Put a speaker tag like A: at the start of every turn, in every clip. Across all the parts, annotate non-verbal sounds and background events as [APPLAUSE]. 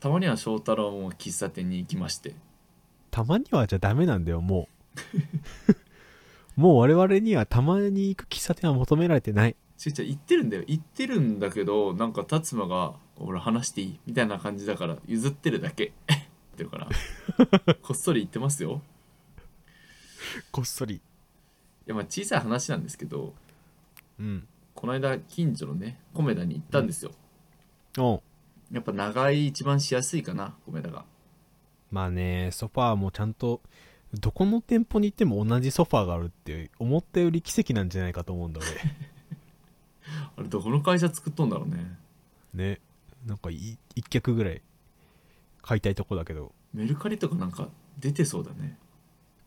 A: たまには翔太郎も喫茶店に行きまして
B: たまにはじゃダメなんだよもう [LAUGHS] もう我々にはたまに行く喫茶店は求められてない
A: しーちゃん行ってるんだよ行ってるんだけどなんか達馬が「俺話していい?」みたいな感じだから譲ってるだけっていうからこっそり行ってますよ
B: こっそり
A: いやまあ小さい話なんですけど
B: うん
A: この間近所のねコメダに行ったんですよ、
B: おう
A: やっぱ長い一番しやすいかなコメダが
B: まあねソファーもちゃんとどこの店舗に行っても同じソファーがあるって思ったより奇跡なんじゃないかと思うんだ俺
A: あれどこの会社作っとんだろうね
B: [LAUGHS] ねなんかい一脚ぐらい買いたいとこだけど
A: メルカリとかなんか出てそうだね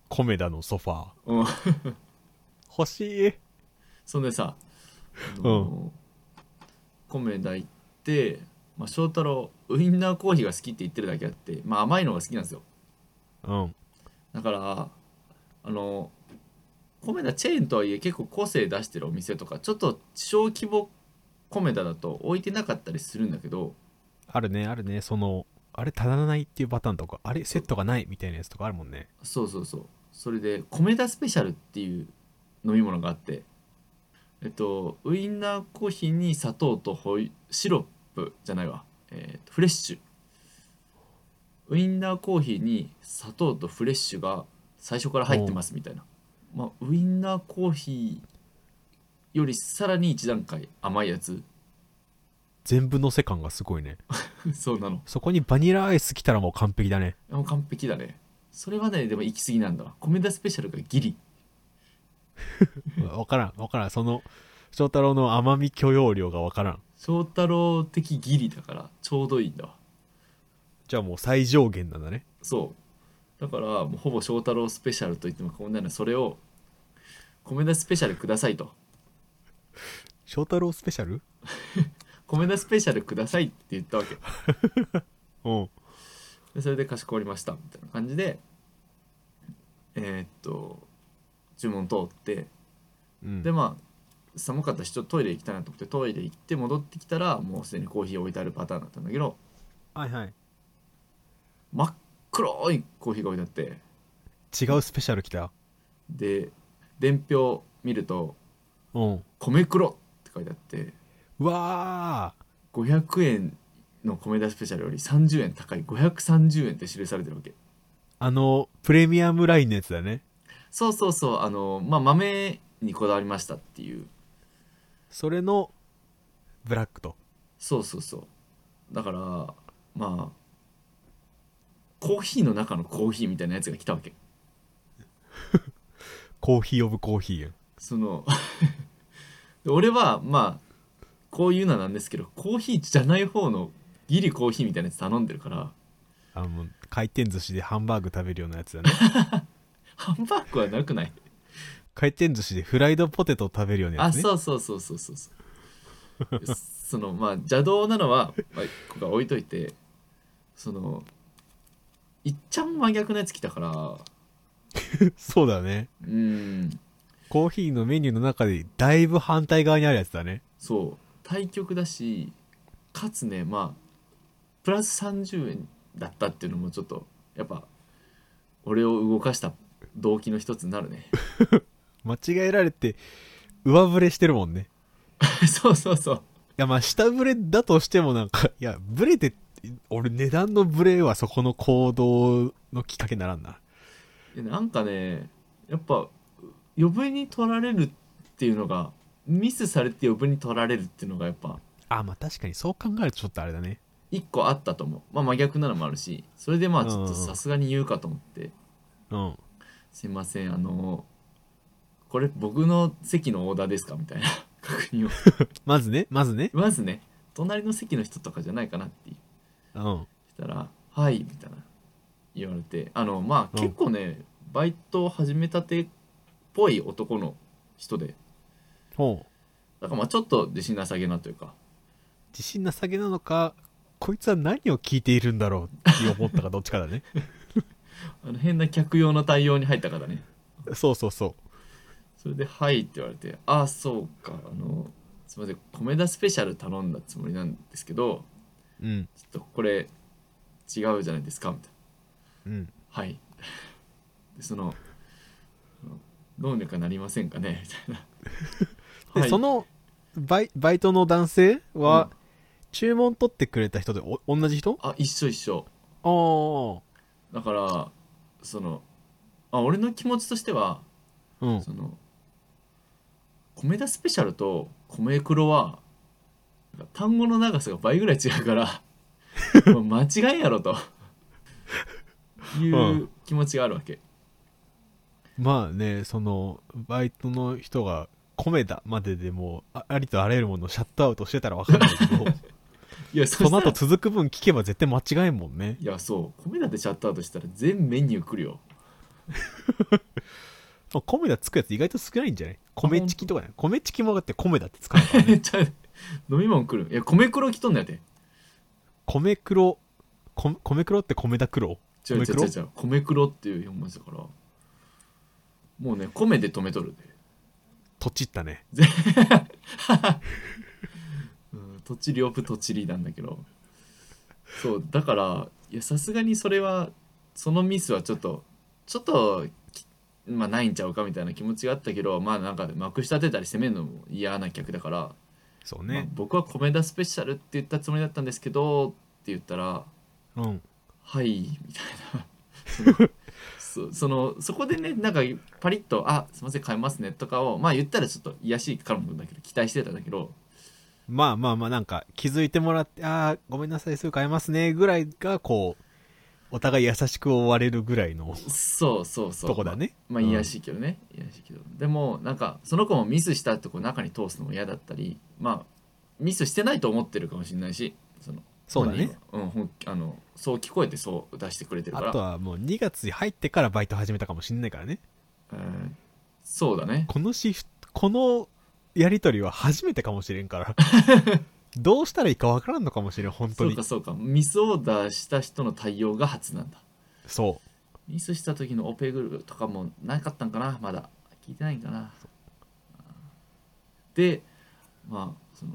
B: コメダのソファー
A: うん
B: 欲しい
A: そんでさ、あのコメダ行って、まあ、翔太郎ウインナーコーヒーが好きって言ってるだけあって、まあ、甘いのが好きなんですよ
B: うん
A: だからあのコメダチェーンとはいえ結構個性出してるお店とかちょっと小規模コメダだと置いてなかったりするんだけど
B: あるねあるねそのあれ足らないっていうパターンとかあれセットがないみたいなやつとかあるもんね
A: そうそうそうそれでコメダスペシャルっていう飲み物があってえっとウインナーコーヒーに砂糖とホイシロップじゃないわ、えっとフレッシュウインナーコーヒーに砂糖とフレッシュが最初から入ってますみたいな、まあ、ウインナーコーヒーよりさらに一段階甘いやつ [LAUGHS]
B: 全部のせ感がすごいね
A: そうなの
B: そこにバニラアイス来たらもう完璧だね
A: もう完璧だねそれはねでも行き過ぎなんだわコメダスペシャルがギリ
B: 分からん分からんその翔太郎の甘み許容量が分からん
A: 翔太郎的ギリだからちょうどいいんだわ
B: じゃあもう最上限なんだね
A: そうだからもうほぼ翔太郎スペシャルと言っても過言ではないそれを米田スペシャルくださいと
B: 翔太郎スペシャル
A: 米田スペシャルくださいって言ったわけ
B: うん
A: でそれでかしこまりましたみたいな感じでえーっと注文通って
B: うん
A: でまあ寒かったしちょっとトイレ行きたいなと思ってトイレ行って戻ってきたらもうすでにコーヒー置いてあるパターンだったんだけど
B: はいはい
A: 真っ黒いコーヒーが置いてあって
B: 違うスペシャル来た
A: で伝票見ると
B: うん
A: 「米黒」って書いてあって
B: うわー
A: 500円の米田スペシャルより30円高い530円って記されてるわけ
B: あのプレミアムラインのやつだね
A: そうそうそうあのまあ豆にこだわりましたっていう
B: それのブラックと
A: そうそうそうだからまあコーヒーの中のコーヒーみたいなやつが来たわけ
B: コーヒーオブコーヒーやん
A: その [LAUGHS] で俺はまあこういうのはなんですけどコーヒーじゃない方のギリコーヒーみたいなやつ頼んでるから
B: あの回転寿司でハンバーグ食べるようなや [LAUGHS] つだね
A: ハンバーグはなくない
B: 回転寿司でフライドポテト食べるような
A: あ
B: やつね
A: そうそうそうそうそうそうそのまあ邪道なのは、まあ、ここは置いといてそのいっちゃん真逆のやつ来たからう
B: そうだね
A: ーん
B: コーヒーのメニューの中でだいぶ反対側にあるやつだね
A: そう対局だしかつねまあプラス30円だったっていうのもちょっとやっぱ俺を動かした動機の一つになるね [LAUGHS]
B: 間違えられて上振れしてるもんね
A: そうそうそう
B: いやまあ下振れだとしてもなんかいやブレて俺値段のブレはそこの行動のきっかけにならんない
A: やなんかねやっぱ余分に取られるっていうのがミスされて余分に取られるっていうのがやっぱ
B: あまあ確かにそう考えるとちょっとあれだね
A: 一個あったと思うまあ真逆なのもあるしそれでまあちょっと
B: うんうん
A: さすがに言うかと思って
B: うん
A: 「すいませんあのこれ僕の席のオーダーですか?」みたいな [LAUGHS] 確認を
B: まずねまずね
A: まずね隣の席の人とかじゃないかなって
B: うん
A: したら「はい」みたいな言われてあのまあ
B: うん
A: 結構ねバイトを始めたてっぽい男の人で
B: ほう
A: だからまあちょっと自信なさげなというか
B: 自信なさげなのかこいつは何を聞いているんだろうって思ったかどっちかだね [LAUGHS]
A: あの変な客用の対応に入ったからね
B: そうそうそう
A: それで「はい」って言われて「ああそうかあのすみません米田スペシャル頼んだつもりなんですけど
B: う
A: ち
B: ん
A: ょっとこれ違うじゃないですかみたい
B: うん
A: なはい [LAUGHS] でそのどうにかなりませんかねみたいなは
B: [LAUGHS] で、
A: い
B: そのバイバイトの男性は、注文取ってくれた人でお同じ人
A: あ一緒一緒
B: ああ
A: だからそのあ俺の気持ちとしては
B: うん
A: その米田スペシャルと米黒はなんか単語の長さが倍ぐらい違うから
B: [LAUGHS]
A: もう間違いやろとい
B: うん
A: う気持ちがあるわけ、
B: まあねそのバイトの人が米だまででもうあありとあらゆるものをシャットアウトしてたらわかんない [LAUGHS] けど
A: いやそ
B: その
A: したら
B: 後続く分聞けば絶対間違えんもんね
A: いやそう米田でシャットアウトしたら全メニュー来るよ [LAUGHS]
B: あ米だつくやつ意外と少ないんじゃない米チキとかね米チキもだって米だって使う
A: ちゃう飲み物来るいや米黒来とんのやて
B: 米黒こ米黒って米田黒
A: 違う違う
B: 米黒
A: 違う違う米黒っていう4文字だからもうね米で止めとるで
B: とちったね
A: うん、とちりオプとちりなんだけどそうだからいやさすがにそれはそのミスはちょっとちょっときまあないんちゃうかみたいな気持ちがあったけどまあなんかまくし立てたり攻めるのも嫌な客だから、
B: そう
A: まあ
B: ね、
A: 僕は米田スペシャルって言ったつもりだったんですけどって言ったら
B: うん
A: はいみたい
B: [LAUGHS]
A: なそのそそのそこでねなんかパリッと「あすいません買えますね」とかをまあ言ったらちょっと癒やしいからもだけど期待してたんだけど
B: まあまあまあなんか気づいてもらってああごめんなさいすぐ買えますねぐらいがこうお互い優しく終われるぐらいの
A: そうそうそう
B: とこだね
A: まあ
B: うん
A: いやらしいけどね、いやらしいけどでもなんかその子もミスしたってこう中に通すのも嫌だったりまあミスしてないと思ってるかもしれないしその
B: そうだね
A: 本人はうんほんあのそう聞こえてそう出してくれてるか
B: あ
A: ら
B: とはもう2月入ってからバイト始めたかもしんないからね
A: うんそうだね
B: このシフトこのやり取りは初めてかもしれんから
A: [LAUGHS]
B: どうしたらいいかわからんのかもしれん本当
A: そう
B: に
A: かそうかミスオーダーした人の対応が初なんだ
B: そう
A: ミスした時のオペグルとかもなかったんかなまだ聞いてないんかなでまあその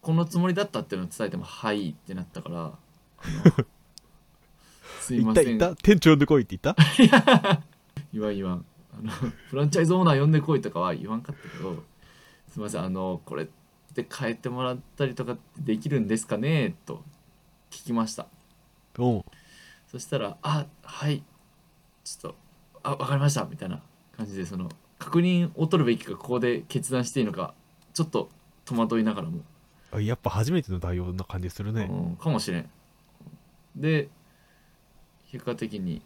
A: このつもりだったっていうのを伝えても「はい」ってなったからあのすい
B: 行
A: ま
B: った
A: せ
B: 行
A: ん
B: った店長呼んでこいって言った
A: 言わん言わんあのフランチャイズオーナー呼んでこいとかは言わんかったけどすいませんあのこれって変えてもらったりとかできるんですかねと聞きました
B: うん
A: そしたら「あはいちょっとあわかりました」みたいな感じでその確認を取るべきかここで決断していいのかちょっと戸惑いながらも、
B: あやっぱ初めての対応な感じするね
A: うん、かもしれんで結果的に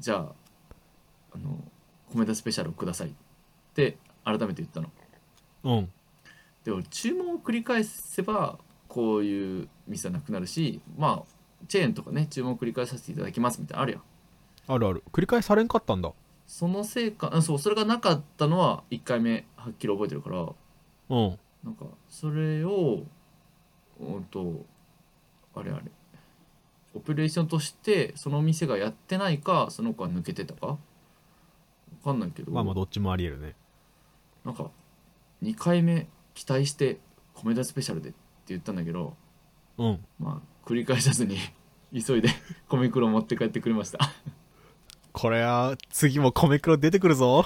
A: じゃあ「あの米田スペシャルをください」って改めて言ったの
B: うん
A: で俺注文を繰り返せばこういうミスはなくなるしまあチェーンとかね注文を繰り返させていただきますみたいなのあるやん
B: あるある繰り返されんかったんだ
A: そのせいかあそうそれがなかったのは1回目はっきり覚えてるから
B: うん
A: なんかそれをうんとあれあれオペレーションとしてその店がやってないかその子は抜けてたかわかんないけど、
B: まあまあどっちもありえるね
A: なんか2回目期待して「米田スペシャルで」って言ったんだけど
B: うん
A: まあ繰り返さずに急いで米袋持って帰ってくれました
B: これは次も米黒出てく
A: [LAUGHS]
B: るぞ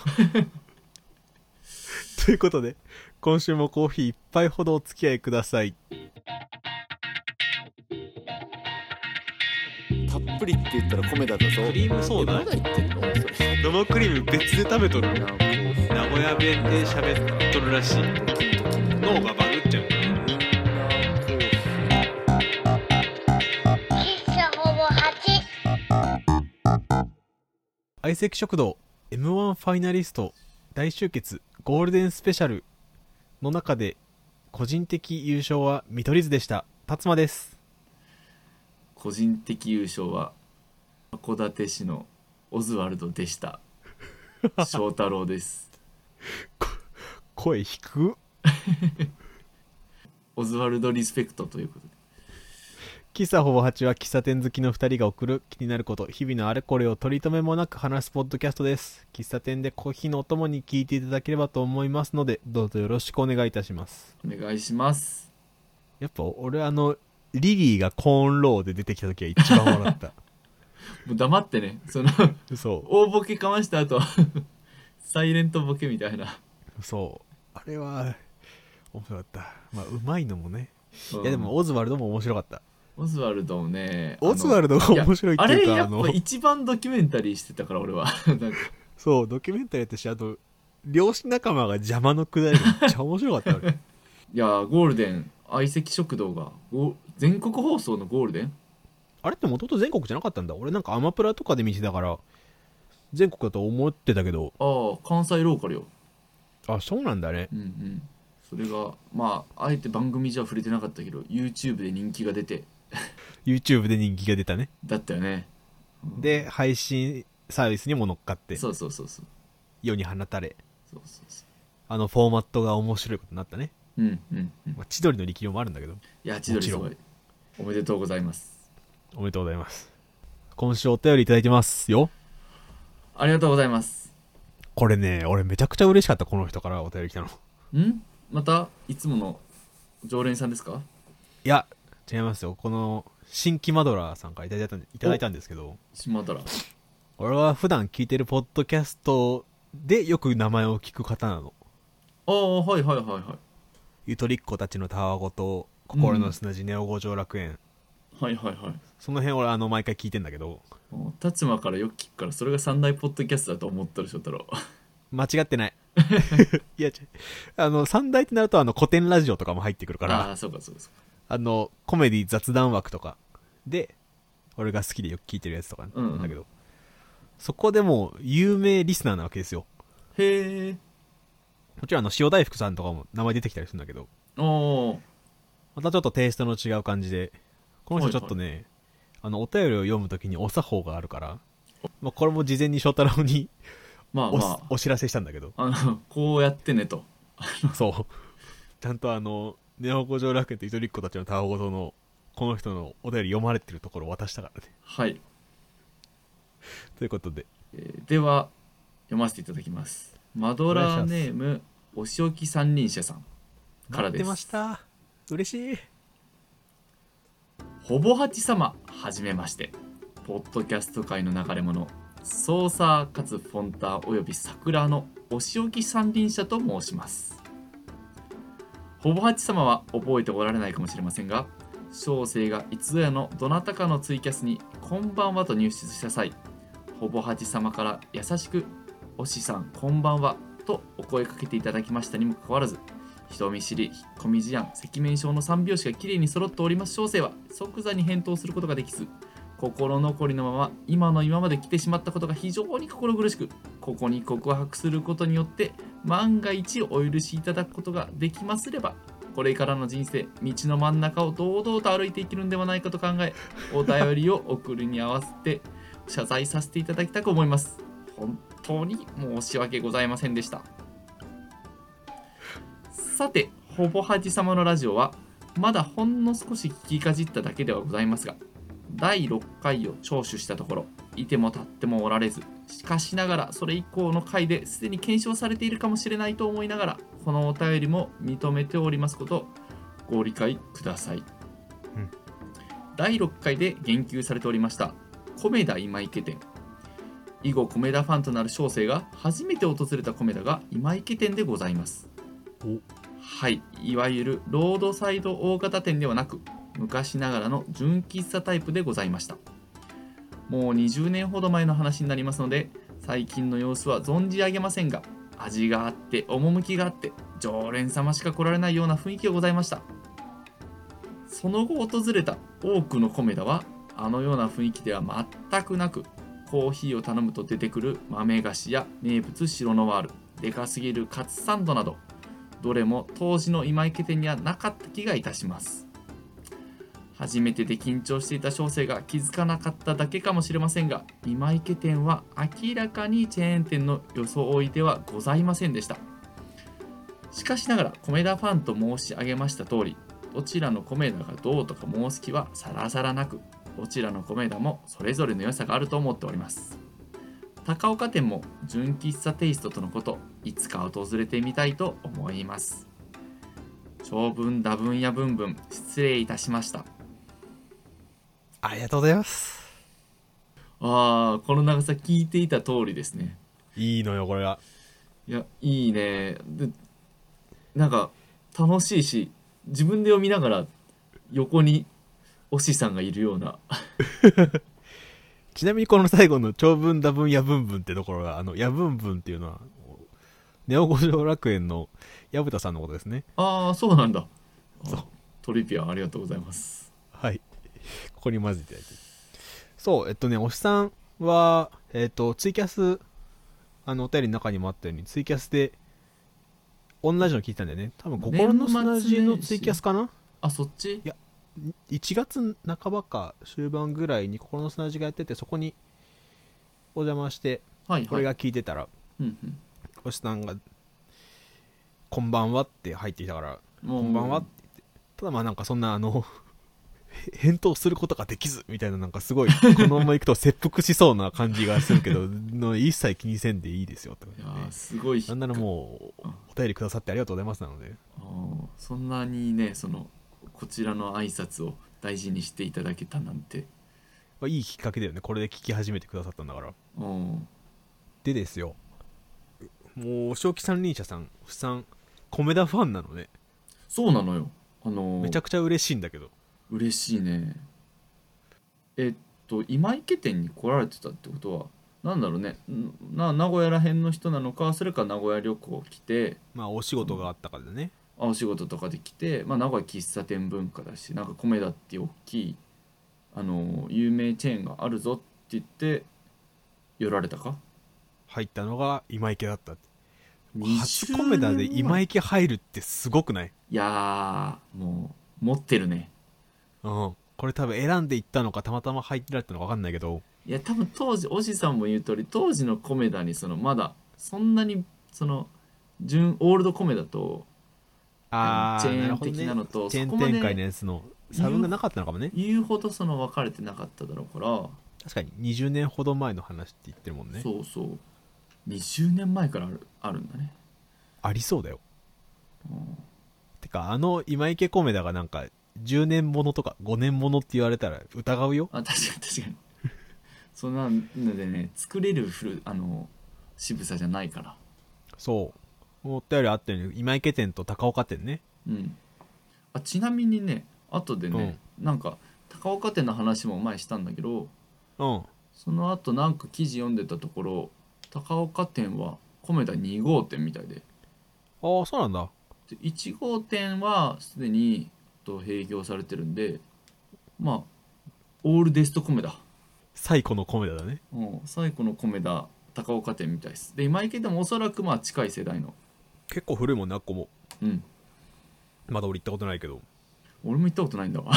B: ということで今週もコーヒー一杯ほどお付き合いください
A: たっぷりって言ったら米田だぞ
B: クリームソーダえまだ
A: 言ってんの
B: 生クリーム別で食べとる名古屋弁で喋っとるらしい脳がバグっちゃう
C: Kissa Bobo Hachi.
B: 相席食堂 m 1ファイナリスト大集結ゴールデンスペシャルの中で個人的優勝は見取り図でした辰馬です
A: 個人的優勝は函館市のオズワルドでした翔太郎です
B: 声低く
A: オズワルドリスペクトということで
B: 喫茶ほぼ8は喫茶店好きの2人が送る気になること日々のあれこれを取り留めもなく話すポッドキャストです喫茶店でコーヒーのお供に聞いていただければと思いますのでどうぞよろしくお願いいたします
A: お願いします
B: やっぱ俺あのリリーがコーンローで出てきた時は一番笑
A: [LAUGHS]
B: った。
A: もう黙ってねその
B: そ
A: 大ボケかました後サイレントボケみたいな、
B: う。そう。あれは、面白かった。まあ、うまいのもね。
A: うん
B: いや、でも、オズワルドも面白かった。
A: オズワルドもね
B: オズワルドが
A: あのいや
B: 面白いって
A: あ
B: い
A: れ
B: うか、
A: や
B: あ
A: っ
B: の
A: ぱ、一番ドキュメンタリーしてたから俺はなんか
B: そう、ドキュメンタリーやったし、あと、漁師仲間が邪魔のくだ
A: [LAUGHS]
B: りがめっちゃ面白かった、あれ
A: いやーゴールデン相席食堂がご全国放送のゴールデン
B: あれってもともと全国じゃなかったんだ。俺なんかアマプラとかで見てたから、全国だと思ってたけど、
A: ああ関西ローカルよ
B: あ、そうなんだね。
A: うんうんそれがまああえて番組じゃ触れてなかったけど YouTube で人気が出て
B: YouTube で人気が出たね。
A: だったよね
B: で、配信サービスにも乗っかって、
A: そうそうそうそう
B: 世に放たれ、
A: そうそうそ
B: あのフォーマットが面白いことになったね。
A: ううんうんうん
B: まあ、千鳥の力量もあるんだけど、
A: いや千鳥すごいおめでとうございます
B: おめでとうございます。今週お便りいただいてますよ。
A: ありがとうございます
B: これね、俺めちゃくちゃ嬉しかった、この人からお便り来たの。
A: んまたいつもの常連さんですか
B: いや、違いますよ。この、新規マドラーさんからいただいたんでいただいたんですけど、
A: 島田ら
B: 俺は普段聞いてるポッドキャストでよく名前を聞く方なの。
A: ああはいはいはいはい
B: ゆとりっ子たちのたわごと、心の砂地ネオ五条楽園。
A: はいはいはい
B: その辺俺あの、毎回聞いてんだけど、
A: もう立馬からよく聞くからそれが三大ポッドキャストだと思ったでしょ太郎
B: 間違ってない。 [LAUGHS] いや、違うあの、三大ってなるとあの、古典ラジオとかも入ってくるから、
A: ああそうかそうかそうか
B: あの、コメディ雑談枠とかで、俺が好きでよく聞いてるやつとか
A: うん
B: なんだけど、そこでもう有名リスナーなわけですよ。
A: へえ
B: もちろんあの、塩大福さんとかも名前出てきたりするんだけど、
A: おお
B: またちょっとテイストの違う感じで、この人ちょっとね、あの、お便りを読むときにお作法があるから、まあ、これも事前に翔太郎に
A: まあ
B: お,、
A: ま
B: お知らせしたんだけど、
A: ああのこうやってねと
B: そう。ちゃんとあの、ネオ五条楽園とゆとりっ子たちのタワごとの、この人のお便り読まれてるところを渡したからね。
A: はい、
B: [LAUGHS] ということで、
A: えーでは読ませていただきますマドラーネームお仕置き三輪車さんからです
B: 待ってました嬉しい
A: ほぼ八様はじめましてポッドキャスト界の流れ者ソーサーかつフォンターおよび桜のお仕置き三輪車と申しますほぼ八様は覚えておられないかもしれませんが小生がいつぞやのどなたかのツイキャスに「こんばんは」と入室した際ほぼ八様から優しく「おしさんこんばんは」とお声かけていただきましたにもかかわらず人見知り、引っ込み思案、赤面症の三拍子がきれいに揃っております小生は即座に返答することができず心残りのまま今の今まで来てしまったことが非常に心苦しくここに告白することによって万が一お許しいただくことができますればこれからの人生道の真ん中を堂々と歩いていけるんではないかと考えお便りを送るに合わせて謝罪させていただきたく思います本当に申し訳ございませんでしたさて、ほぼはじ様のラジオは、まだほんの少し聞きかじっただけではございますが、第6回を聴取したところ、いても立ってもおられず、しかしながらそれ以降の回ですでに検証されているかもしれないと思いながら、このお便りも認めておりますことをご理解ください。
B: うん
A: 第6回で言及されておりました、米田今池店。以後、米田ファンとなる小生が初めて訪れた米田が今池店でございます。はい、いわゆるロードサイド大型店ではなく昔ながらの純喫茶タイプでございましたもう20年ほど前の話になりますので最近の様子は存じ上げませんが味があって趣があって常連様しか来られないような雰囲気がございましたその後訪れた多くのコメダはあのような雰囲気では全くなくコーヒーを頼むと出てくる豆菓子や名物白ノワールでかすぎるカツサンドなどどれも当時の今池店にはなかった気がいたします初めてで緊張していた小生が気づかなかっただけかもしれませんが今池店は明らかにチェーン店の装いではございませんでしたしかしながら米田ファンと申し上げました通りどちらの米田がどうとか申す気はさらさらなくどちらの米田もそれぞれの良さがあると思っております高岡店も純喫茶テイストとのこといつか訪れてみたいと思います長文多文や文文失礼いたしました
B: ありがとうございます。
A: ああこの長さ聞いていた通りですね
B: いいのよ、これが。
A: いやいいねでなんか楽しいし自分で読みながら横におしさんがいるような
B: ちなみにこの最後の長文、打文、野文文ってところが、あの、野文文っていうのは、ネオ五条楽園の矢蓋さんのことですね。
A: ああそうなんだ
B: そう
A: あトリビアありがとうございます
B: はい。ここに混ぜていただいて。そう、えっとね、おしさんは、えっと、ツイキャス、あの、お便りの中にもあったように、ツイキャスで、同じの聞いたんだよね。多分、心のスタジオのツイキャスかな
A: あそっち
B: や1月半ばか終盤ぐらいに心の砂地がやっててそこにお邪魔して
A: はい
B: こ
A: はい
B: れが聞いてたら、
A: うんうん
B: 星さんが「こんばんは」って入ってきたから「
A: こ
B: こんばんは」って言ってただまあなんかそんなあのへ返答することができずみたいななんかすごいこのままいくと切腹しそうな感じがするけ
A: [LAUGHS]
B: どの一切気にせんでいいですよってこ
A: い
B: と
A: や
B: で
A: ーすごいひ
B: なんならもうお便りくださってありがとうございますなので
A: あーそんなにねそのこちらの挨拶を大事にしていただけたなんて
B: まあいいきっかけだよねこれで聞き始めてくださったんだから
A: うん
B: でですよもう正気三輪車さん不さん米田ファンなのね
A: そうなのよあのー
B: めちゃくちゃ嬉しいんだけど
A: 嬉しいねえっと今池店に来られてたってことはなんだろうねんな名古屋ら辺の人なのかそれか名古屋旅行来て
B: まあお仕事があったからね
A: あお仕事とかで来て、まあ、名古屋喫茶店文化だしなんか米田っていう大きいあの有名チェーンがあるぞって言って寄られたか
B: 入ったのが今池だったって初
A: 20
B: 米田で今
A: い
B: 池入るってすごくない
A: やーもう持ってるね
B: うんこれ多分選んでいったのかたまたま入られたのか分かんないけど
A: いや多分当時おしさんも言う通り当時の米田にそのまだそんなにその純オールド米田と
B: あ
A: チ
B: ー
A: ェーン
B: ほどね
A: 的なのと
B: チェー
A: そこ
B: ン
A: まで
B: 展開のやつの差分がなかったのかもね
A: 言うほどその分かれてなかっただろうから、
B: 確かに20年ほど前の話って言ってるもんね
A: そうそう20年前からあるあるんだね
B: ありそうだよてかあの今池米田がなんか10年ものとか5年ものって言われたら疑うよ
A: あ確かに確かに [LAUGHS] そんなのでね作れる古あの渋さじゃないから
B: そう思ったよりあったよね今池店と高岡店ね
A: うんあちなみにね後でね、なんか高岡店の話も前したんだけど
B: うん
A: その後なんか記事読んでたところ高岡店は米田2号店みたいで
B: ああそうなんだ
A: で1号店はすでにと閉業されてるんでまあオールデスト米田
B: 最古の米田だね
A: うん最古の米田高岡店みたいですで今池でもおそらくまあ近い世代の
B: 結構古いもんなあっこも
A: うん
B: まだ俺行ったことないけど
A: 俺も行ったことないんだわ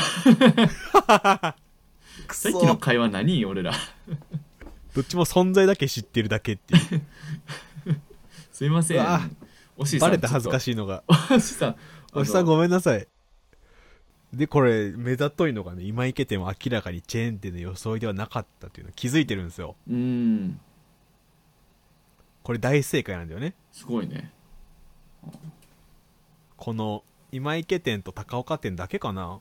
B: く
A: さっ
B: そ
A: きの会話何俺ら [LAUGHS]
B: どっちも存在だけ知ってるだけっていう
A: すいません
B: うわ
A: おしさん
B: バレて恥ずか
A: い
B: しいのが
A: おしさん
B: おじさ
A: あ
B: ん
A: の
B: ごめんなさいでこれ目ざといのがね今池店は明らかにチェーン店の装いではなかったっていうの気づいてるんですよ
A: うん
B: これ大正解なんだよね
A: すごいね
B: この今池店と高岡店だけかな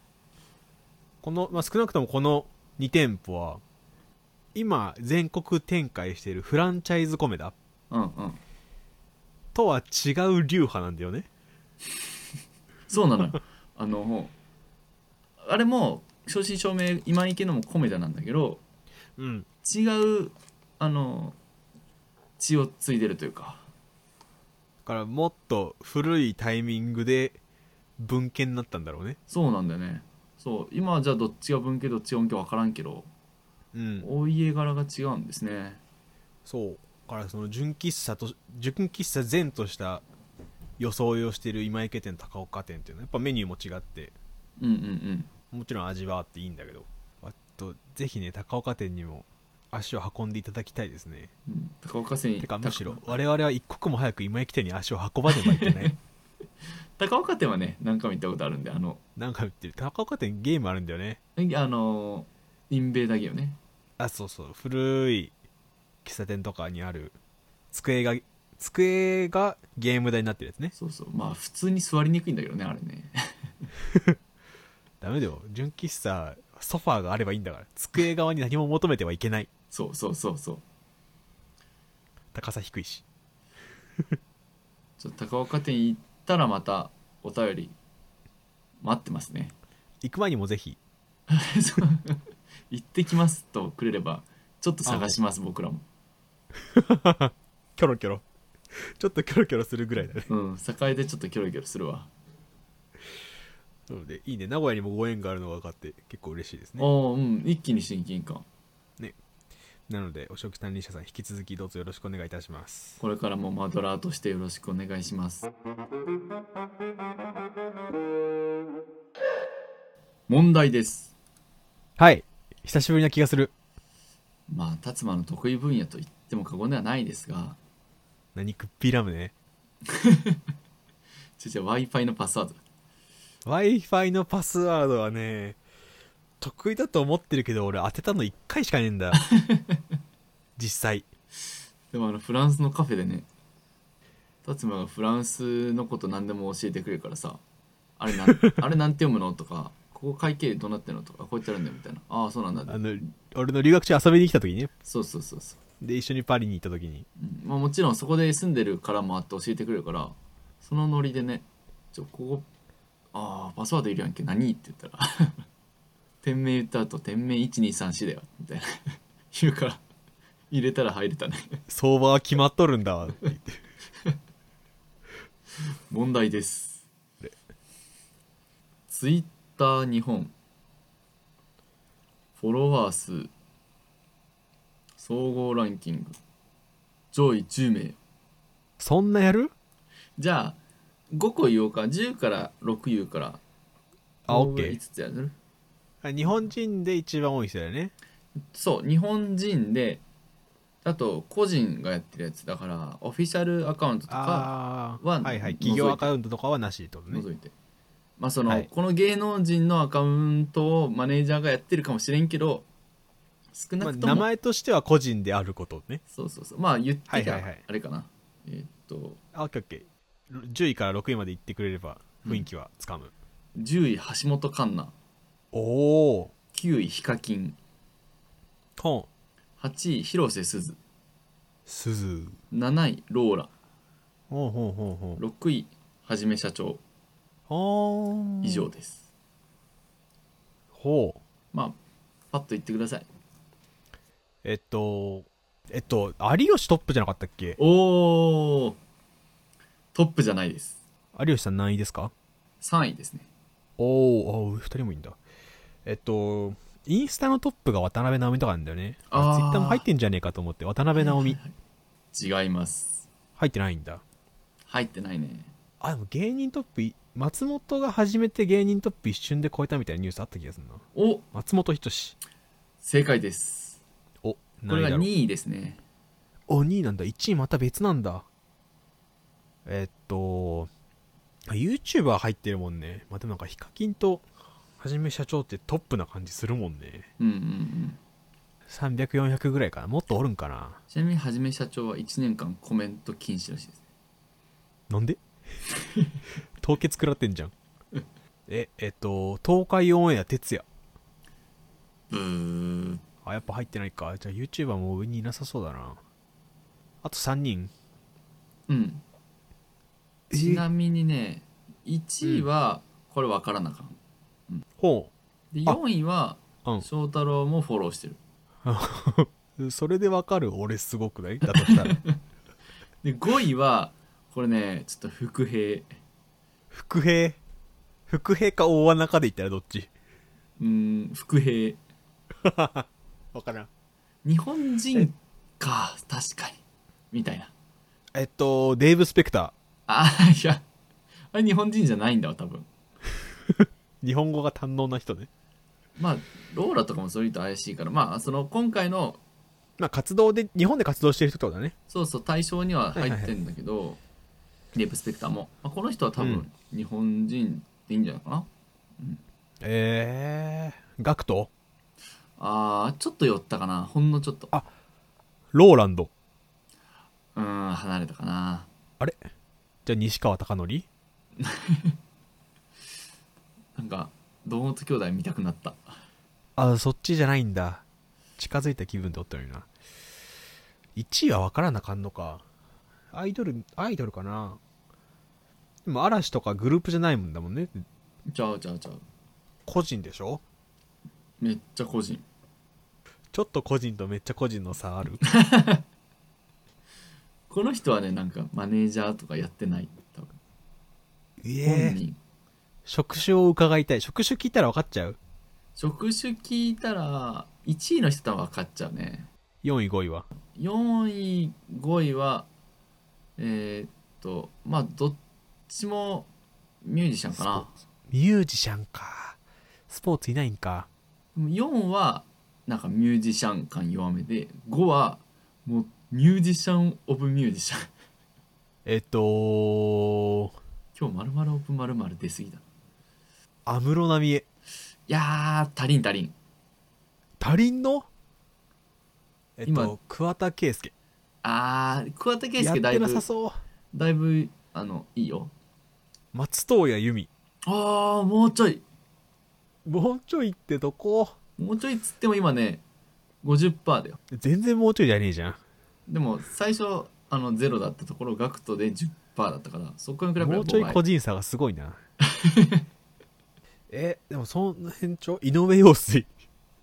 B: この、まあ、少なくともこの2店舗は今全国展開しているフランチャイズコメダ
A: うんうん
B: とは違う流派なんだよね
A: そうなのよ [LAUGHS] あのあれも正真正銘今池のも米田なんだけど
B: うん
A: 違うあの血を継いでるというか
B: だからもっと古いタイミングで文献になったんだろうね
A: そうなんだよねそう今はじゃあどっちが文系どっちが音響分からんけど
B: うん
A: お家柄が違うんですね
B: そうだからその純喫茶と純喫茶前とした装いをしている今池店高岡店っていうのはやっぱメニューも違って
A: うんうんうん
B: もちろん味はあっていいんだけどあとぜひね高岡店にも足を運んでいただきたいですね
A: うん高岡線
B: てかむしろ我々は一刻も早く今駅店に足を運ばねばいけない
A: 高岡店はね何回も行ったことあるんであの
B: なんか言ってる高岡店ゲームあるんだよね
A: えあのインベーダーゲームね
B: あそうそう古い喫茶店とかにある机が机がゲーム台になってるやつね
A: そうそうまあ普通に座りにくいんだけどねあれね
B: ダメだよ純喫茶ソファーがあればいいんだから机側に何も求めてはいけない
A: [LAUGHS] そうそうそうそう
B: 高さ低いし
A: ちょっと高岡店行ったらまたお便り待ってますね [LAUGHS]
B: 行く前にもぜひ
A: そう行ってきますとくれればちょっと探します僕らも
B: キョロキョロちょっとキョロキョロするぐらいだね
A: うん栄でちょっとキョロキョロするわ
B: なのでいいね名古屋にもご縁があるのが分かって結構嬉しいですね
A: おーうん一気に親近感
B: なのでお食担任者さん引き続きどうぞよろしくお願いいたします
A: これからもマドラーとしてよろしくお願いします問題です
B: はい久しぶりな気がする
A: まあ達馬の得意分野と言っても過言ではないですが
B: 何クッピーラムね
A: じゃ w i f i のパスワード
B: w i f i のパスワードはね得意だと思ってるけど俺当てたの1回しかねえん [LAUGHS] だ実際
A: でもあのフランスのカフェでね達馬がフランスのこと何でも教えてくれるからさ「あれなん
B: [LAUGHS]
A: あれなんて読むの?」とか「ここ会計どうなってるの?」とか「こうやってやるんだよ」みたいな「ああそうなんだ」
B: あの俺の留学中遊びに来た時ね
A: そうそうそうそう、
B: で一緒にパリに行った時に
A: うんまあ、もちろんそこで住んでるからもあって教えてくれるからそのノリでね「ちょここああパスワードいるやんけ何?」って言ったら [LAUGHS] 「店名言った後店名1234だよ」みたいな言うから入れたら入れたね
B: 相場は決まっとるんだわって言って
A: 問題ですツイッター日本フォロワー数総合ランキング上位10名
B: そんなやる
A: じゃあ5個言おうか10から6言うから
B: あ
A: オッケ
B: OK
A: 5つやる
B: 日本人で一番多い人だよね
A: そう日本人であと個人がやってるやつだからオフィシャルアカウントとか
B: ああ
A: は
B: はいは
A: 除
B: い
A: いて
B: 企業アカウントとかはなしってことね
A: 除いて、まあその、
B: はい
A: この芸能人のアカウントをマネージャーがやってるかもしれんけど少な
B: まあ
A: くとも、
B: 名前としては個人であることね
A: そうそうそうまあ言ってきゃ
B: はいはいはい
A: あれかな、えーっと
B: あオッケーオッケー10位から6位まで行ってくれれば雰囲気はつかむ、
A: 10位橋本環奈
B: おお
A: 9位ヒカキン
B: ト
A: 8位広瀬すず
B: ンすず
A: 7位ローラ
B: ほうほうほうほう
A: 6位はじめ社長
B: ほー
A: 以上です、
B: ほう
A: まあパッと言ってください
B: えっとえっと有吉トップじゃなかったっけ
A: おートップじゃないです
B: 有吉さん何位ですか
A: 3位ですね
B: おお2人もいいんだえっとインスタのトップが渡辺直美とかなんだよね
A: あー
B: ツイッターも入ってんじゃねえかと思って渡辺直美
A: 違います
B: 入ってないんだ
A: 入ってないね
B: あでも芸人トップい松本が初めて芸人トップ一瞬で超えたみたいなニュースあった気がするな
A: お
B: 松本人志
A: 正解です
B: お
A: これ
B: 何位
A: が
B: だろう
A: 2位ですね
B: お2位なんだ1位また別なんだえっとあ YouTuber 入ってるもんねまあでもなんかヒカキンとはじめ社長ってトップな感じするもんね
A: うんうんうん
B: 300400ぐらいかなもっとおるんかな
A: ちなみにはじめ社長は1年間コメント禁止らしいです
B: なんで凍結食らってんじゃんええっと東海オンエア哲也
A: ブー
B: あやっぱ入ってないかじゃあ YouTuber も上にいなさそうだなあと3人
A: うん
B: え
A: ちなみにね1位はこれ分からなあかん
B: ほ
A: で
B: あ
A: 4位は
B: うん
A: 翔太郎もフォローしてる
B: うそれでわかる俺すごくないだとした [LAUGHS] ら
A: で5位はこれねちょっと伏兵
B: 伏兵伏兵か大穴かで言ったらどっち
A: うん伏兵
B: わからん
A: 日本人か確かにみたいな
B: えっとデーブ・スペクタ
A: あいやあれ日本人じゃないんだわ多分
B: ー日本語が堪能な人ね
A: まあローラとかもそういう人怪しいからまあその今回の
B: まあ活動で日本で活動してる人ってことだね
A: そうそう対象には入ってんだけど、レイプスペクターも、まあ、この人は多分日本人でいいんじゃないかな、
B: えー、ガクト
A: あーちょっと寄ったかなほんのちょっと
B: あローランド
A: うーん離れたかな
B: あれじゃあ西川貴教
A: なんか堂本兄弟見たくなった
B: あそっちじゃないんだ近づいた気分でおったのにな1位は分からなかんのかアイドルアイドルかなでも嵐とかグループじゃないもんだもんね
A: ちゃうちゃうちゃう
B: 個人でしょ
A: めっちゃ個人
B: ちょっと個人とめっちゃ個人の差ある
A: この人はねなんかマネージャーとかやってない多分
B: え
A: 本人
B: 職種を伺いたい職種聞いたら分かっちゃう
A: 職種聞いたら1位の人多分分かっちゃうね
B: 4位5位は
A: 4位5位はえーっとまあどっちもミュージシャンかな
B: ミュージシャンかスポーツいないんか
A: でも4はなんかミュージシャン感弱めで5はもうミュージシャン・オブ・ミュージシャン [LAUGHS]
B: えっと
A: 今日まるオブまる出過ぎだい
B: 安室奈美恵
A: やー足りん足りん
B: 足りんのえっ
A: 今
B: と桑田佳祐
A: あー桑田佳
B: やっ
A: 祐だ
B: て
A: いぶ
B: なさそう
A: だいぶあのいいよ
B: 松任谷由実
A: あーもうちょい
B: もうちょいってどこ
A: もうちょいっつっても今ね50%だよ
B: 全然もうちょいじゃねえじゃん
A: でも最初あのゼロだったところガクトで10%だったからそこに比べれば
B: もうちょい
A: 5倍
B: 個人差がすごいな [LAUGHS] えでもその辺ちょ井上陽水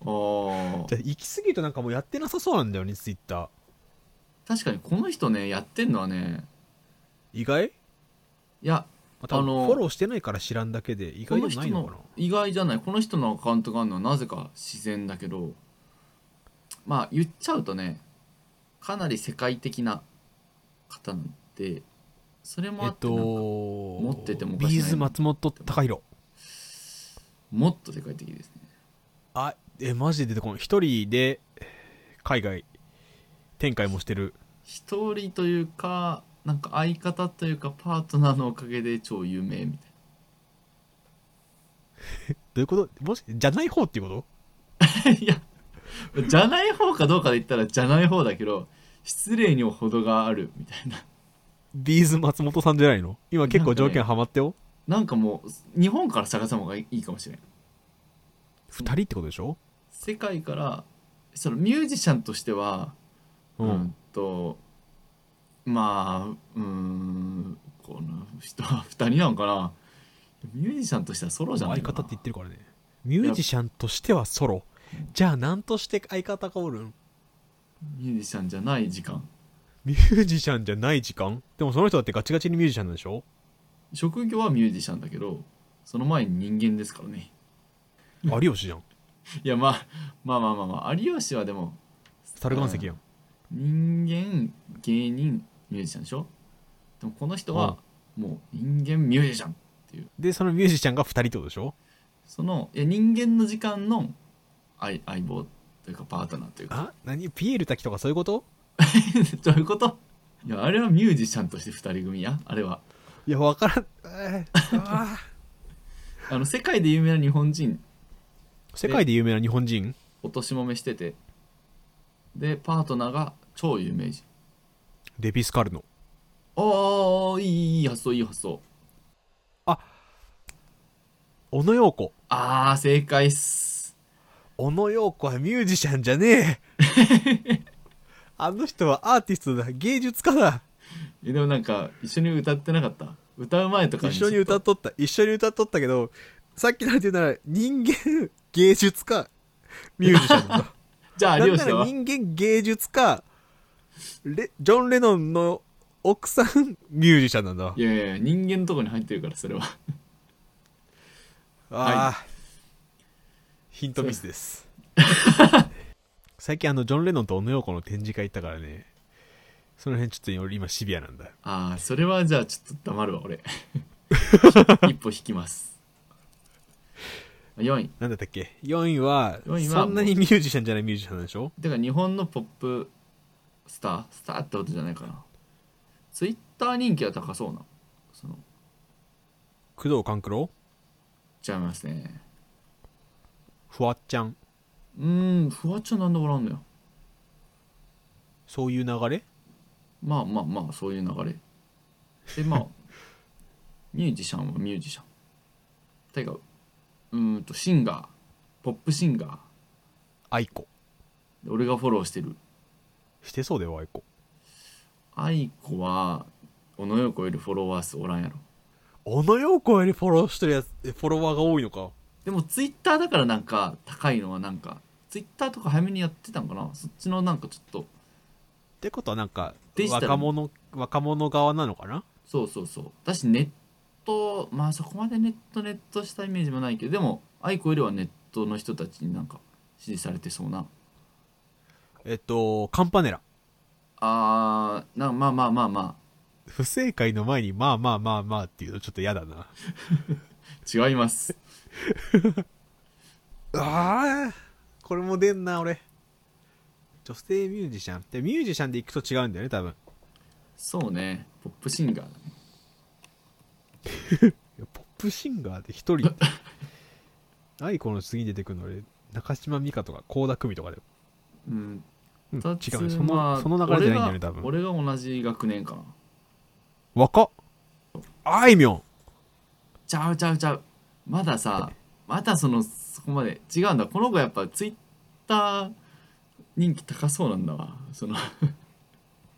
A: あ
B: じ
A: ー
B: ゃあ行き過ぎるとなんかもうやってなさそうなんだよねツイッター
A: 確かにこの人ねやってんのはね
B: 意外
A: いや
B: また
A: あの
B: フォローしてないから知らんだけで意
A: この
B: 外でも
A: 人
B: ないのかな
A: の意外じゃないこの人のアカウントがあるのはなぜか自然だけどまあ言っちゃうとねかなり世界的な方なんでそれも
B: え
A: あ
B: っ
A: って
B: と
A: なんか持っててもおかしくない
B: ビーズ松本隆弘
A: もっと世界的ですね
B: あえマジで出てこない一人で海外展開もしてる
A: 一人というかなんか相方というかパートナーのおかげで超有名みたい
B: どういうこともしじゃない方っていうこと
A: ないやじゃない方かどうかで言ったらじゃない方だけど失礼にも程があるみたいな
B: ビーズ松本さんじゃないの今結構条件ハマってよ、
A: なんかもう日本から探した方がいいかもしれない
B: 二人ってことでしょ
A: 世界からそのミュージシャンとしては
B: う、
A: うんんとまあうーんこの人は2人な [LAUGHS] のかなミュージシャンとしてはソロじゃな
B: 相
A: いかな
B: 方って言ってるからねミュージシャンとしてはソロじゃあ何として相方がおるん
A: ミュージシャンじゃない時間
B: ミュージシャンじゃない時間でもその人だってガチガチにミュージシャンなんでしょ
A: 職業はミュージシャンだけどその前に人間ですからね
B: 有吉じゃん
A: いや、まあ、まあまあまあまあ有吉はでも
B: 猿岩石やん
A: 人間芸人ミュージシャンでしょでもこの人はもう人間ミュージシャン
B: でそのミュージシャンが二人ってことでしょ
A: そのいや人間の時間の相相棒というかパートナーというか [LAUGHS]
B: あ何ピエール滝とかそういうこと
A: どういうこといやあれはミュージシャンとして2人組やあれはい
B: や分からん、え [LAUGHS] ーあ
A: あの世界で有名な日本人
B: ー世界で有名な日本人
A: おとしもめしててでパートナーが超有名人
B: レビスカルノ
A: おーいいいい発想いい発想
B: 小野陽子
A: あー正解っす
B: 小野陽子はミュージシャンじ
A: [LAUGHS]
B: ゃねえあの人はアーティストだ芸術家だ
A: えでもなんか一緒に歌ってなかった歌う前とか
B: 一緒に
A: ち
B: 歌
A: ょ
B: っとった一緒に歌っとったけどさっきなんて言うなら人間芸術家ミュージシャンなんだ
A: と [LAUGHS] じゃあ
B: なん
A: 有
B: な
A: 吉
B: ら
A: は
B: 人間芸術家レジョン・レノンの奥さんミュージシャンなんだわ
A: いやいや人間のとこに入ってるからそれは
B: あーヒントミスです最近あのジョン・レノンと小野陽子の展示会行ったからねその辺ちょっと俺今シビアなんだ
A: [LAUGHS] ああそれはじゃあちょっと黙る [LAUGHS] わ俺一歩引きます4位
B: なんだったっけ4位は
A: 4位は
B: そんなにミュージシャンじゃないミュージシャンなんでしょ
A: だから日本のポップスタースターってことじゃないかなツイッター人気は高そうなその
B: 工藤官九郎
A: ちゃいますね
B: フワちゃん
A: うーんフワちゃんなんでおらんのよ
B: そういう流れ
A: まあまあまあそういう流れで [LAUGHS] まあミュージシャンはミュージシャンてかうーんとシンガーポップシンガー
B: アイコ
A: 俺がフォローしてる
B: してそうだよアイコ
A: アイコは小野洋子よりフォロワー数おらんやろ
B: 小野陽子よりフォローしてるやつえフォロワーが多いのか
A: でもツイッターだからなんか高いのはなんかツイッターとか早めにやってたんかなそっちのなんかちょっと
B: ってことはなんか
A: デジタル
B: 若者若者側なのかな
A: そうそうそうだしネットまあそこまでネットネットしたイメージもないけどでもアイコよりはネットの人たちになんか支持されてそうな
B: えっとカンパネラ
A: あーなまあまあまあま
B: 不正解の前にまあまあまあまあっていうのちょっと嫌だな
A: あ違います
B: あーこれも出んな俺女性ミュージシャンでミュージシャンで行くと違うんだよね多分
A: そうねポップシンガーだね
B: いやポップシンガーで一人ってアイコの次に出てくるの俺中島美嘉とか倖田久美とかだよ、
A: うん
B: うん、違
A: た
B: う
A: つ
B: ねその,、
A: まあ
B: その流れじゃないんだよね多分
A: 俺が俺が同じ学年かな
B: 若っあいみょん
A: ちゃうちゃうちゃうまださまだそのそこまで違うんだこの子やっぱツイッター人気高そうなんだわその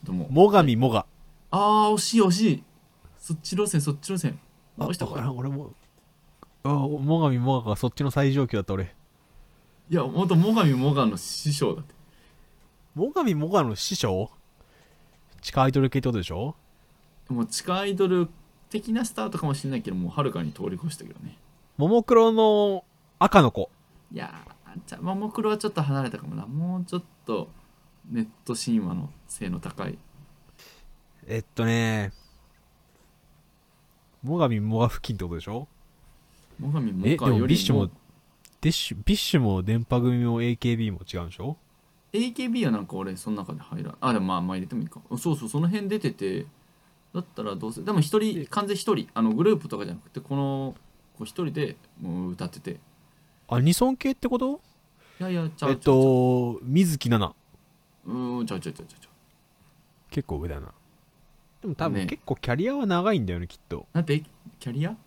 A: でも
B: 最上もが
A: あー惜しい惜しいそっち路線そっち路線
B: あ
A: 直した方がいい
B: 俺もあ最上もががそっちの最上級だった俺
A: いや元最上もがの師匠だって
B: 最上もがの師匠地下アイドル系ってことでしょ
A: もう地下アイドル的なスタートかもしれないけどもうはるかに通り越したけどね
B: ももクロの赤の子
A: いやーじゃあももクロはちょっと離れたかもなもうちょっとネット神話の性の高い
B: えっとね最上もが付近ってことでしょ
A: 最上も
B: えで
A: がよ
B: もビッ
A: り
B: シュもディッシュビッシュも電波組も AKB も違うんでしょ
A: AKB はなんか俺その中で入らんあでもまあまあ入れてもいいかそうそうその辺出ててだったらどうせでも一人完全一人あのグループとかじゃなくてこの子一人でもう歌っててい
B: アニソン系ってこと
A: やいやちゃう
B: えっ
A: ちゃうちゃう
B: と水木奈々
A: うーんちゃうちゃうちゃうちゃうちゃう
B: 結構上だなでも多分
A: ね
B: 結構キャリアは長いんだよねきっと
A: なんてキャリア
B: うん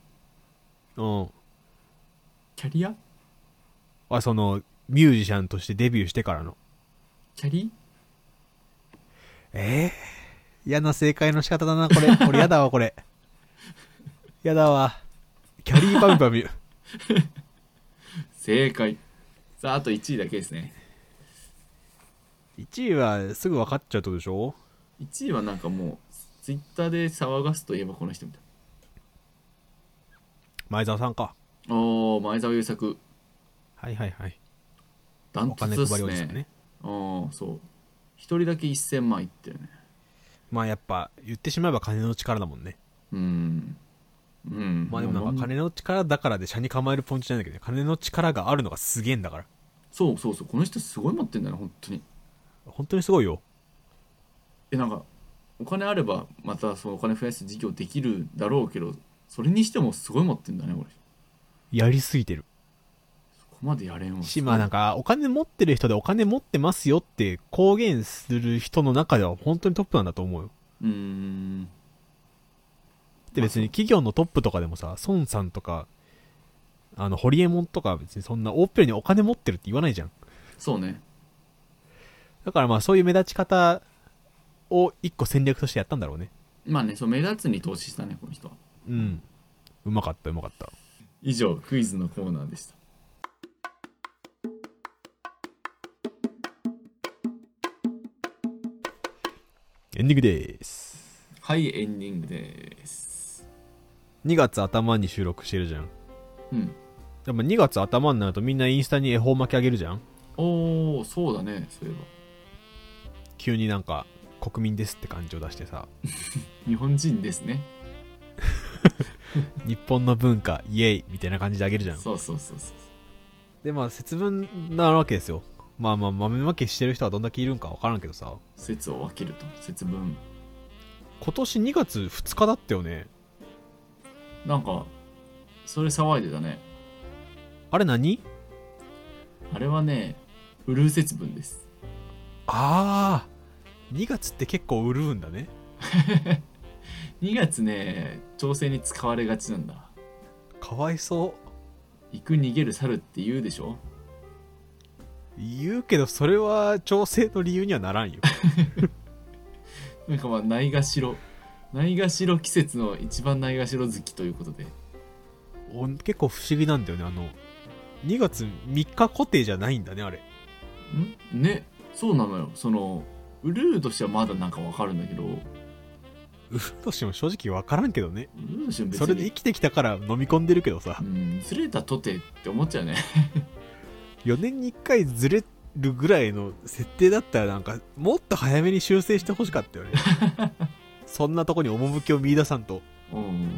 A: キャリア
B: あそのミュージシャンとしてデビューしてからの
A: キャリ
B: ええ嫌な正解の仕方だなこ
A: [LAUGHS]
B: れこれ嫌だわこれ嫌だわキャリーパミパミ
A: 正解さああと1位だけですね
B: 1位はすぐ分かっちゃうってことでしょ
A: 1位はなんかもうツイッターで騒がすといえばこの人みたい
B: 前澤さんか
A: なおー前澤友作
B: はいはいはい
A: ダン
B: お
A: ト
B: 金
A: ツっ
B: 配り
A: す
B: おじさ
A: ね
B: んね
A: あーそう一人だけ1000万いってるね
B: まあやっぱ言ってしまえば金の力だもんね
A: うん。うん。
B: まあでもなんか金の力だからで車に構えるポンチじゃないんだけど金の力があるのがすげえんだから
A: そうそうそう。この人すごい持ってんだよな、本当に。
B: 本当にすごいよ
A: え、なんか、お金あれば、またそのお金増やす事業できるだろうけど、それにしてもすごい持ってんだね、俺。
B: やりすぎてる
A: そこまでやれんわ。
B: しまあなんかお金持ってる人でお金持ってますよって公言する人の中では本当にトップなんだと思うよ
A: うーん。
B: で別に企業のトップとかでもさ孫さんとかあのホリエモンとかは別にそんな大っぺらにお金持ってるって言わないじゃん
A: そうね。
B: だからまあそういう目立ち方を一個戦略としてやったんだろうね
A: まあね、そう目立つに投資したね、この人は。
B: うんうまかったうまかった
A: 以上、クイズのコーナーでした。
B: エンディングです
A: はい、エンディングです。
B: 2月頭に収録してるじゃん
A: うん。
B: でも2月頭になるとみんなインスタに恵方巻きあげるじゃん
A: おー、そうだね、そういえば。
B: 急になんか国民ですって感じを出してさ
A: 日本人ですね。
B: 日本の文化イエイみたいな感じであげるじゃん
A: そうそうそうそう。
B: でまあ節分なわけですよまあまあ豆まきしてる人はどんだけいるんかわからんけどさ
A: 説を分けると、節分。
B: 今年2月2日だったよね
A: なんかそれ騒いでたね
B: あれ何
A: あれはねうるう節分です
B: ああ2月って結構潤うんだね
A: 2月ね調整に使われがちなんだ
B: かわいそ
A: 行く逃げる猿って言うでしょ
B: う言うけどそれは調整の理由にはならんよ
A: なんかまあないがしろないがしろ季節の一番ないがしろ好きということで
B: お結構不思議なんだよねあの2月3日固定じゃないんだねあれ [LAUGHS]
A: んねそうなのよそのウルーとしてはまだなんかわかるんだけどウ
B: ウルとしても正直分からんけどね
A: ルーとしても別
B: そ
A: に
B: れで生きてきたから飲み込んでるけどさ
A: うんずれたとてって思っちゃうね
B: 4年に1回ずれるぐらいの設定だったらなんかもっと早めに修正してほしかったよ
A: [LAUGHS]
B: ねそんなとこに趣を見出さんと
A: うん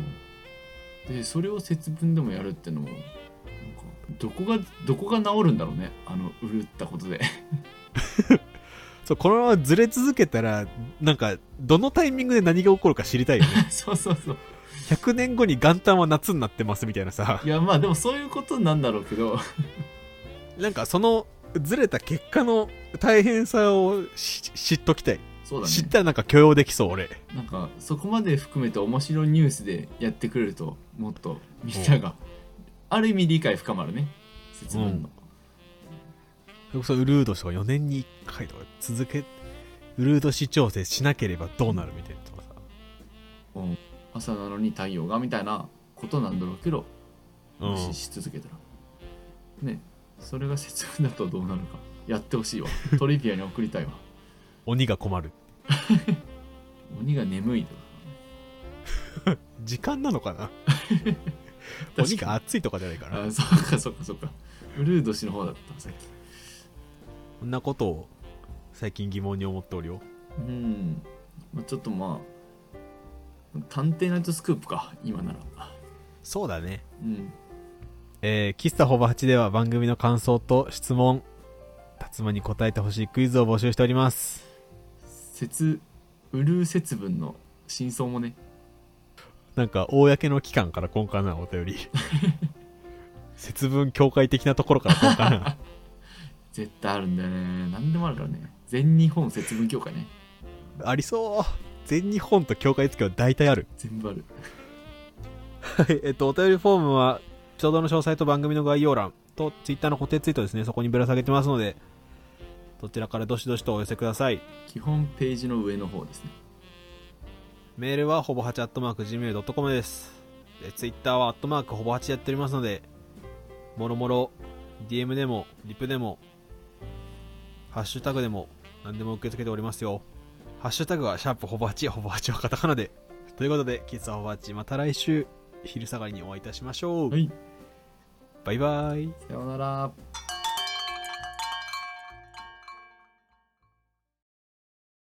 A: でそれを節分でもやるってのもなんかどこがどこが治るんだろうねあのうるったことで [LAUGHS]
B: そうこのままずれ続けたらなんかどのタイミングで何が起こるか知りたいよ
A: [LAUGHS]
B: ね
A: そうそうそう
B: 100年後に元旦は夏になってますみたいなさ
A: いやまあでもそういうことなんだろうけど
B: なんかそのずれた結果の大変さをし知っときたい、
A: そうだ
B: 知っ
A: ね
B: たらなんか許容できそう俺
A: なんかそこまで含めて面白いニュースでやってくれるともっとみんながある意味理解深まるね節分の、
B: それこそウルード氏とか4年に1回とか続けウルード氏調整しなければどうなるみたいなとかさ
A: うん朝なのに太陽がみたいなことなんだろうけど
B: うん
A: 無視し続けたら、ねそれが節分だとどうなるかやってほしいわトリビアに送りたいわ
B: 鬼が困る
A: 鬼が眠いとか
B: 時間なのかな
A: [LAUGHS] に
B: 鬼が暑いとかじゃないから
A: あそうかそうかそうかウルード氏の方だったさっき
B: そんなことを最近疑問に思っておるよ
A: うん、まあ、ちょっとまあ探偵ナイトスクープか今なら
B: そうだね
A: うん
B: えー、喫茶ほぼ8では番組の感想と質問辰馬に答えてほしいクイズを募集しております
A: 節うるう節分の真相もね
B: なんか公の機関から今回な
A: [LAUGHS]
B: お便り節分協会的なところから今回な
A: 絶対あるんだよね何でもあるからね全日本節分協会ね
B: ありそう全日本と協会付きは大体ある
A: 全部ある
B: はい、えっと、お便りフォームは、ちょうどの詳細と番組の概要欄と、ツイッターの固定ツイートですね、そこにぶら下げてますので、どちらからどしどしとお寄せください。
A: 基本ページの上の方ですね
B: メールは、ほぼ8、アットマーク、gmail.com です。で、ツイッターは、アットマーク、ほぼ8やっておりますので、もろもろ、DM でも、リプでも、ハッシュタグでも、何でも受け付けておりますよ。ハッシュタグは、シャープほぼ8、ほぼ8はカタカナで。ということで、キッズはほぼ8、また来週、昼下がりにお会いいたしましょう。
A: はい
B: バイバイ。
A: さようなら